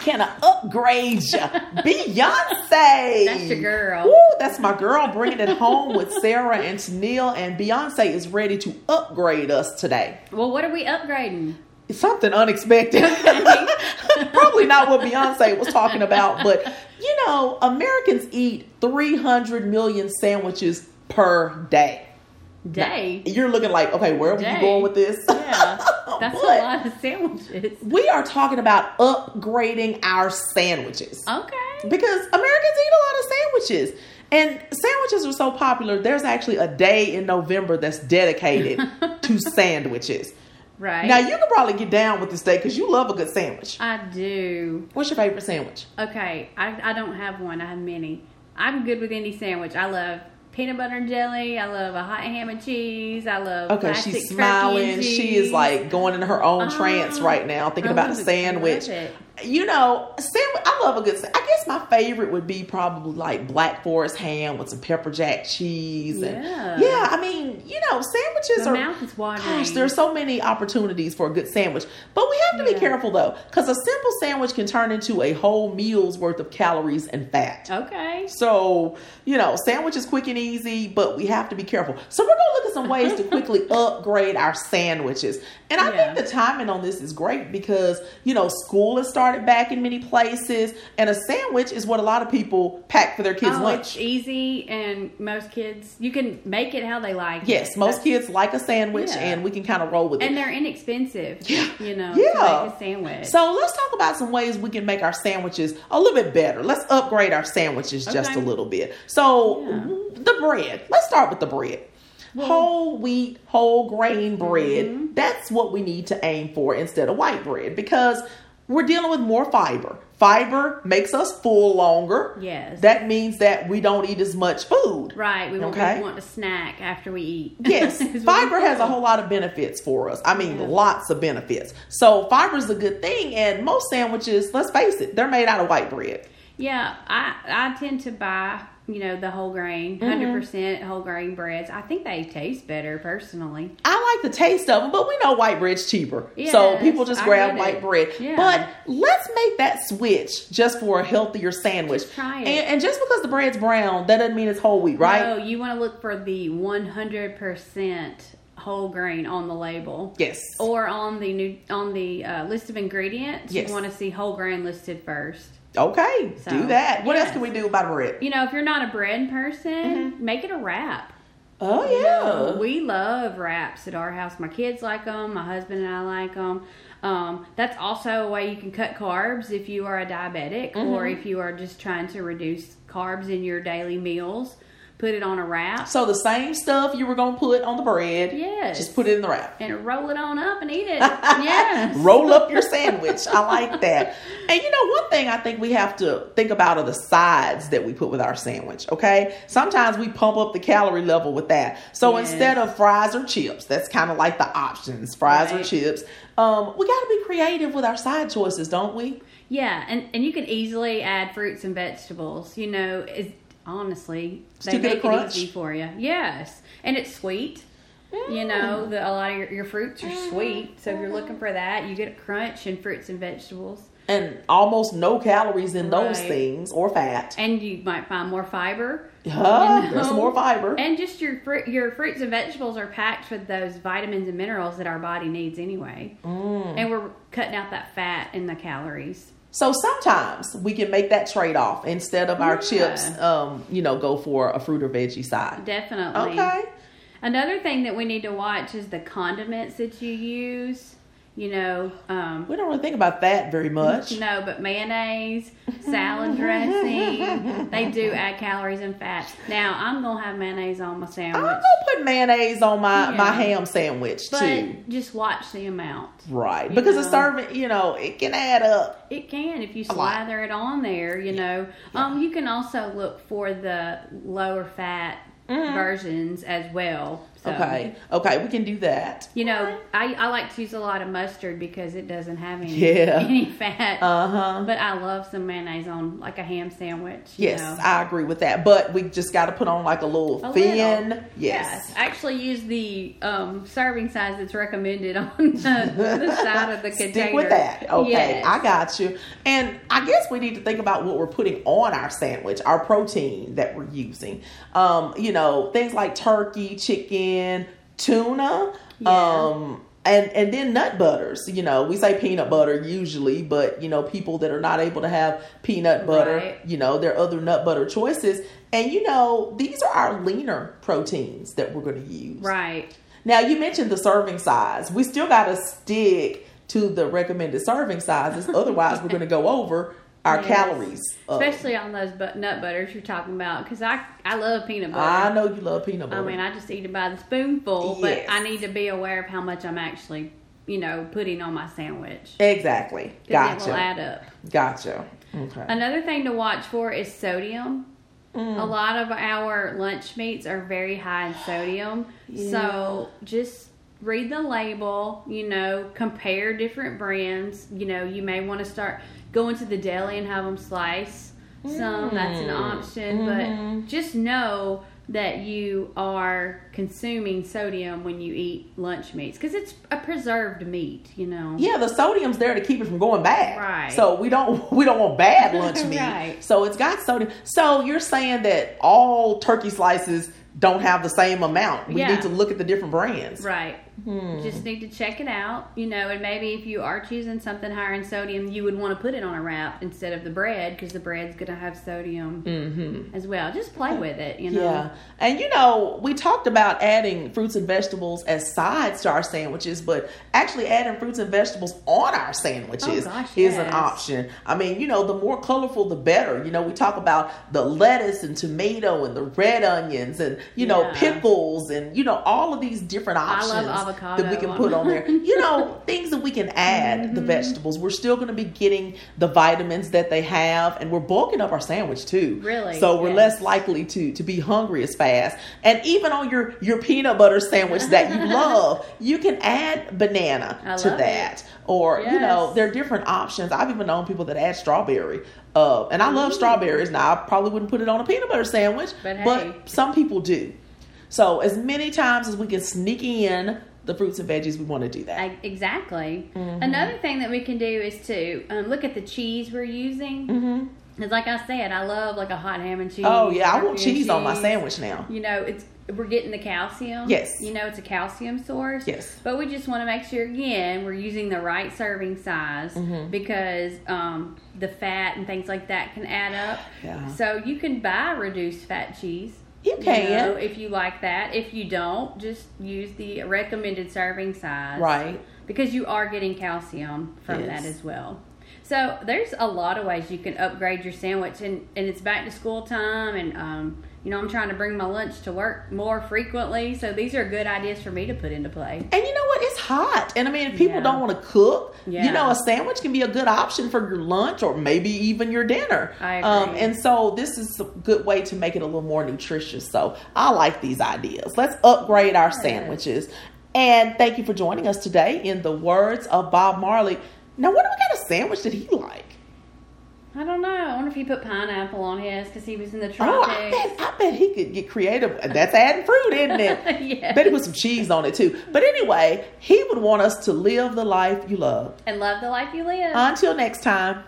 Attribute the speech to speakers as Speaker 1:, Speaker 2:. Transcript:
Speaker 1: Can I upgrade you? Beyonce. That's
Speaker 2: your girl.
Speaker 1: Woo, that's my girl bringing it home with Sarah and Tennille. And Beyonce is ready to upgrade us today.
Speaker 2: Well, what are we upgrading?
Speaker 1: Something unexpected. Probably not what Beyonce was talking about, but you know, Americans eat 300 million sandwiches per day.
Speaker 2: Day.
Speaker 1: You're looking like, okay, where are we
Speaker 2: Day.
Speaker 1: going with this?
Speaker 2: Yeah, that's
Speaker 1: But-
Speaker 2: a lot of sandwiches.
Speaker 1: We are talking about upgrading our sandwiches
Speaker 2: Okay.
Speaker 1: because Americans eat a lot of sandwiches. And sandwiches are so popular, there's actually a day in November that's dedicated to sandwiches.
Speaker 2: Right.
Speaker 1: Now, you can probably get down with this day because you love a good sandwich.
Speaker 2: I do.
Speaker 1: What's your favorite sandwich?
Speaker 2: Okay, I, I don't have one. I have many. I'm good with any sandwich. I love peanut butter and jelly. I love a hot ham and cheese. I love
Speaker 1: Okay,
Speaker 2: plastic
Speaker 1: she's
Speaker 2: turkey
Speaker 1: smiling.
Speaker 2: and
Speaker 1: She
Speaker 2: cheese.
Speaker 1: is like going into her own
Speaker 2: Oh,
Speaker 1: trance right now, thinking
Speaker 2: I
Speaker 1: about a
Speaker 2: love it. I
Speaker 1: sandwich.
Speaker 2: love it.
Speaker 1: You know, sandwich. I love a good. sa- I guess my favorite would be probably like black forest ham with some pepper jack cheese. And,
Speaker 2: Yeah.
Speaker 1: yeah. I mean, you know, sandwiches
Speaker 2: My
Speaker 1: are.
Speaker 2: mouth is watering.
Speaker 1: Gosh, there's so many opportunities for a good sandwich, but we have to be
Speaker 2: Yeah.
Speaker 1: careful though, because a simple sandwich can turn into a whole meal's worth of calories and fat.
Speaker 2: Okay.
Speaker 1: So, you know, sandwich is quick and easy, but we have to be careful. So, we're going to look at some ways to quickly upgrade our sandwiches. And I
Speaker 2: Yeah.
Speaker 1: think the timing on this is great because, you know, school has started back in many places, and a sandwich is what a lot of people pack for their kids'
Speaker 2: oh,
Speaker 1: lunch.
Speaker 2: it's easy, and most kids you can make it how they like.
Speaker 1: Yes,
Speaker 2: it.
Speaker 1: most
Speaker 2: That's-
Speaker 1: kids like a sandwich,
Speaker 2: Yeah.
Speaker 1: and we can kind of roll with it.
Speaker 2: and they're inexpensive.
Speaker 1: Yeah.
Speaker 2: you know,
Speaker 1: Yeah.
Speaker 2: to make a sandwich.
Speaker 1: So let's talk about some ways we can make our sandwiches a little bit better. Let's upgrade our sandwiches just a
Speaker 2: Okay.
Speaker 1: little bit. So
Speaker 2: Yeah.
Speaker 1: the bread. Let's start with the bread.
Speaker 2: Well-
Speaker 1: whole wheat, whole grain bread.
Speaker 2: Mhm.
Speaker 1: That's what we need to aim for instead of white bread because we're dealing with more fiber. Fiber makes us full longer.
Speaker 2: Yes.
Speaker 1: That means that we don't eat as much food.
Speaker 2: right, we won't
Speaker 1: Okay.
Speaker 2: we want to snack after we eat.
Speaker 1: Yes,
Speaker 2: Is what we
Speaker 1: fiber has a
Speaker 2: want.
Speaker 1: whole lot of benefits for us. I mean,
Speaker 2: Yeah.
Speaker 1: lots of benefits. So fiber is a good thing, and most sandwiches, let's face it, they're made out of white bread.
Speaker 2: Yeah, I I tend to buy you know the whole grain,
Speaker 1: Mm-hmm.
Speaker 2: 100 percent whole grain breads. I think they taste better personally.
Speaker 1: I like the taste of them, but we know white bread's cheaper, so
Speaker 2: Yes,
Speaker 1: people just
Speaker 2: I
Speaker 1: grab
Speaker 2: get
Speaker 1: white
Speaker 2: it.
Speaker 1: bread.
Speaker 2: Yeah.
Speaker 1: But let's make that switch just for a healthier sandwich.
Speaker 2: Just try it.
Speaker 1: And, and just because the bread's brown, that doesn't mean it's whole wheat, right?
Speaker 2: No, Oh, you want to look for the 100 percent whole grain on the label.
Speaker 1: Yes.
Speaker 2: Or on the new on the uh, list of ingredients,
Speaker 1: Yes.
Speaker 2: you want to see whole grain listed first.
Speaker 1: Okay,
Speaker 2: So,
Speaker 1: do that. What else
Speaker 2: yes.
Speaker 1: can we do about bread?
Speaker 2: You know, if you're not a bread person, make it a wrap.
Speaker 1: Oh
Speaker 2: You know,
Speaker 1: Mm-hmm. yeah,
Speaker 2: we love wraps at our house. My kids like them. My husband and I like them. Um, that's also a way you can cut carbs if you are a diabetic
Speaker 1: Mm-hmm.
Speaker 2: or if you are just trying to reduce carbs in your daily meals. Put it on a wrap
Speaker 1: so the same stuff you were gonna put on the bread,
Speaker 2: Yes.
Speaker 1: just put it in the wrap.
Speaker 2: and roll it on up and eat it. yes.
Speaker 1: Roll up your sandwich. I like that. And you know, one thing I think we have to think about are the sides that we put with our sandwich, okay? Sometimes we pump up the calorie level with that. So
Speaker 2: Yes.
Speaker 1: instead of fries or chips, that's kind of like the options fries or
Speaker 2: Right.
Speaker 1: chips. Um, we got to be creative with our side choices, don't we?
Speaker 2: Yeah, and, and you can easily add fruits and vegetables. You know, it, honestly, they
Speaker 1: to get a
Speaker 2: make it
Speaker 1: crunch.
Speaker 2: easy for you. Yes, and it's sweet. You know, the, a lot of your, your fruits are sweet, so if you're looking for that, you get a crunch in fruits and vegetables,
Speaker 1: And almost no calories in those
Speaker 2: Right.
Speaker 1: things or fat.
Speaker 2: and you might find more fiber.
Speaker 1: Huh,
Speaker 2: you
Speaker 1: There's
Speaker 2: know.
Speaker 1: more fiber.
Speaker 2: And just your fruit, your fruits and vegetables are packed with those vitamins and minerals that our body needs anyway,
Speaker 1: Mm.
Speaker 2: and we're cutting out that fat and the calories.
Speaker 1: So sometimes we can make that trade off instead of our
Speaker 2: Yeah.
Speaker 1: chips, um, you know, go for a fruit or veggie side.
Speaker 2: Definitely.
Speaker 1: Okay.
Speaker 2: Another thing that we need to watch is the condiments that you use. You know, um,
Speaker 1: We don't really think about that very much.
Speaker 2: no, but mayonnaise, salad dressing, they do add calories and fat. Now, I'm going to have mayonnaise on my
Speaker 1: I'm
Speaker 2: sandwich,
Speaker 1: gonna put mayonnaise on my, my
Speaker 2: Yeah.
Speaker 1: ham sandwich too.
Speaker 2: but just watch the amount.
Speaker 1: Right.
Speaker 2: you
Speaker 1: Because a
Speaker 2: know.
Speaker 1: serving, you know, it can add up.
Speaker 2: It can if you
Speaker 1: A lot.
Speaker 2: slather it on there, you know. Um, you can also look for the lower fat versions as well. So,
Speaker 1: Mm-hmm. Okay. Okay, we can do that.
Speaker 2: You know, I, I like to use a lot of mustard because it doesn't have any
Speaker 1: Yeah.
Speaker 2: any fat.
Speaker 1: Uh huh.
Speaker 2: but I love some mayonnaise on like a ham sandwich. you
Speaker 1: Yes,
Speaker 2: know.
Speaker 1: I agree with that. But we just got to put on like a little
Speaker 2: A
Speaker 1: thin.
Speaker 2: little.
Speaker 1: Yes.
Speaker 2: I actually use the um, serving size that's recommended on the, the side of the container.
Speaker 1: Stick with that. Okay,
Speaker 2: Yes.
Speaker 1: I got you. And I guess we need to think about what we're putting on our sandwich, our protein that we're using. Um, you know, things like turkey, chicken, tuna,
Speaker 2: Yeah.
Speaker 1: um, and and then nut butters. You know, we say peanut butter usually, but you know, people that are not able to have peanut butter,
Speaker 2: Right.
Speaker 1: you know, there are other nut butter choices. And you know, these are our leaner proteins that we're going to use.
Speaker 2: right.
Speaker 1: Now you mentioned the serving size. We still got to stick to the recommended serving sizes, otherwise we're going to go over our
Speaker 2: Yes.
Speaker 1: calories. up.
Speaker 2: Especially on those but- nut butters you're talking about, because I I love peanut butter.
Speaker 1: I know you love peanut
Speaker 2: I
Speaker 1: butter.
Speaker 2: mean, I just eat it by the spoonful,
Speaker 1: Yes.
Speaker 2: but I need to be aware of how much I'm actually, you know, putting on my sandwich.
Speaker 1: exactly.
Speaker 2: 'Cause It will
Speaker 1: Gotcha.
Speaker 2: add up.
Speaker 1: Gotcha. Okay. Mm.
Speaker 2: Another thing to watch for is sodium. A lot of our lunch meats are very high in sodium. So just read the label, you know, compare different brands. You know, you may want to start going to the deli and have them slice some. That's an
Speaker 1: Mm.
Speaker 2: option.
Speaker 1: Mm-hmm.
Speaker 2: But just know that you are consuming sodium when you eat lunch meats because it's a preserved meat, you know.
Speaker 1: yeah, the sodium's there to keep it from going bad.
Speaker 2: Right.
Speaker 1: So we don't we don't want bad lunch meat.
Speaker 2: Right.
Speaker 1: So it's got sodium. So you're saying that all turkey slices don't have the same amount. We
Speaker 2: Yeah.
Speaker 1: need to look at the different brands.
Speaker 2: Right.
Speaker 1: Hmm.
Speaker 2: Just need to check it out, you know, and maybe if you are choosing something higher in sodium, you would want to put it on a wrap instead of the bread because the bread's going to have sodium as well. Just play with it, you know.
Speaker 1: Mm-hmm. Yeah. And you know, we talked about adding fruits and vegetables as sides to our sandwiches, but actually adding fruits and vegetables on our sandwiches
Speaker 2: Oh, gosh,
Speaker 1: is an
Speaker 2: yes.
Speaker 1: option. I mean, you know, the more colorful the better. You know, we talk about the lettuce and tomato and the red onions and you know,
Speaker 2: Yeah.
Speaker 1: pickles and you know, all of these different
Speaker 2: I
Speaker 1: options
Speaker 2: love avocado Mm-hmm.
Speaker 1: that we can
Speaker 2: on-
Speaker 1: put on there. You know, things that we can add the vegetables. We're still going to be getting the vitamins that they have and we're bulking up our sandwich too.
Speaker 2: Really?
Speaker 1: So we're
Speaker 2: Yes.
Speaker 1: less likely to to be hungry as fast. And even on your your peanut butter sandwich that you love, you can add banana
Speaker 2: I
Speaker 1: to
Speaker 2: love
Speaker 1: that. Or you know,
Speaker 2: Yes.
Speaker 1: there are different options. I've even known people that add strawberry. Uh, and I love strawberries. Now I probably wouldn't put it on a peanut butter sandwich,
Speaker 2: But hey.
Speaker 1: but some people do. So as many times as we can sneak in the fruits and veggies, we want to do that.
Speaker 2: I, exactly.
Speaker 1: Mm-hmm.
Speaker 2: Another thing that we can do is to um, look at the cheese we're using.
Speaker 1: Mhm.
Speaker 2: Because, like I said, I love like a hot ham and cheese.
Speaker 1: Oh yeah, I want
Speaker 2: barbecue and
Speaker 1: cheese on my sandwich now.
Speaker 2: you know it's we're getting the calcium
Speaker 1: Yes.
Speaker 2: you know it's a calcium source
Speaker 1: Yes.
Speaker 2: but we just want to make sure again we're using the right serving size
Speaker 1: Mm-hmm.
Speaker 2: because um, the fat and things like that can add up
Speaker 1: Yeah.
Speaker 2: so you can buy reduced fat cheese
Speaker 1: You can.
Speaker 2: know, if you like that if you don't just use the recommended serving size
Speaker 1: Right.
Speaker 2: because you are getting calcium from
Speaker 1: Yes.
Speaker 2: that as well. So there's a lot of ways you can upgrade your sandwich, and, and it's back to school time, and um, you know I'm trying to bring my lunch to work more frequently. So these are good ideas for me to put into play.
Speaker 1: And you know what? It's hot. And I mean, if people
Speaker 2: Yeah.
Speaker 1: don't want to cook, you
Speaker 2: Yeah.
Speaker 1: know, a sandwich can be a good option for your lunch or maybe even your dinner.
Speaker 2: I agree.
Speaker 1: Um, and so this is a good way to make it a little more nutritious. So I like these ideas. Let's upgrade our sandwiches. And thank you for joining us today in the words of Bob Marley. Now, what kind of sandwich did he like?
Speaker 2: I don't know. I wonder if he put pineapple on his because he was in the
Speaker 1: Oh, I
Speaker 2: tropics.
Speaker 1: bet, I bet he could get creative. That's adding fruit, isn't it?
Speaker 2: Yes.
Speaker 1: Bet he put some cheese on it too. But anyway, he would want us to live the life you love.
Speaker 2: and love the life you live.
Speaker 1: Until next time.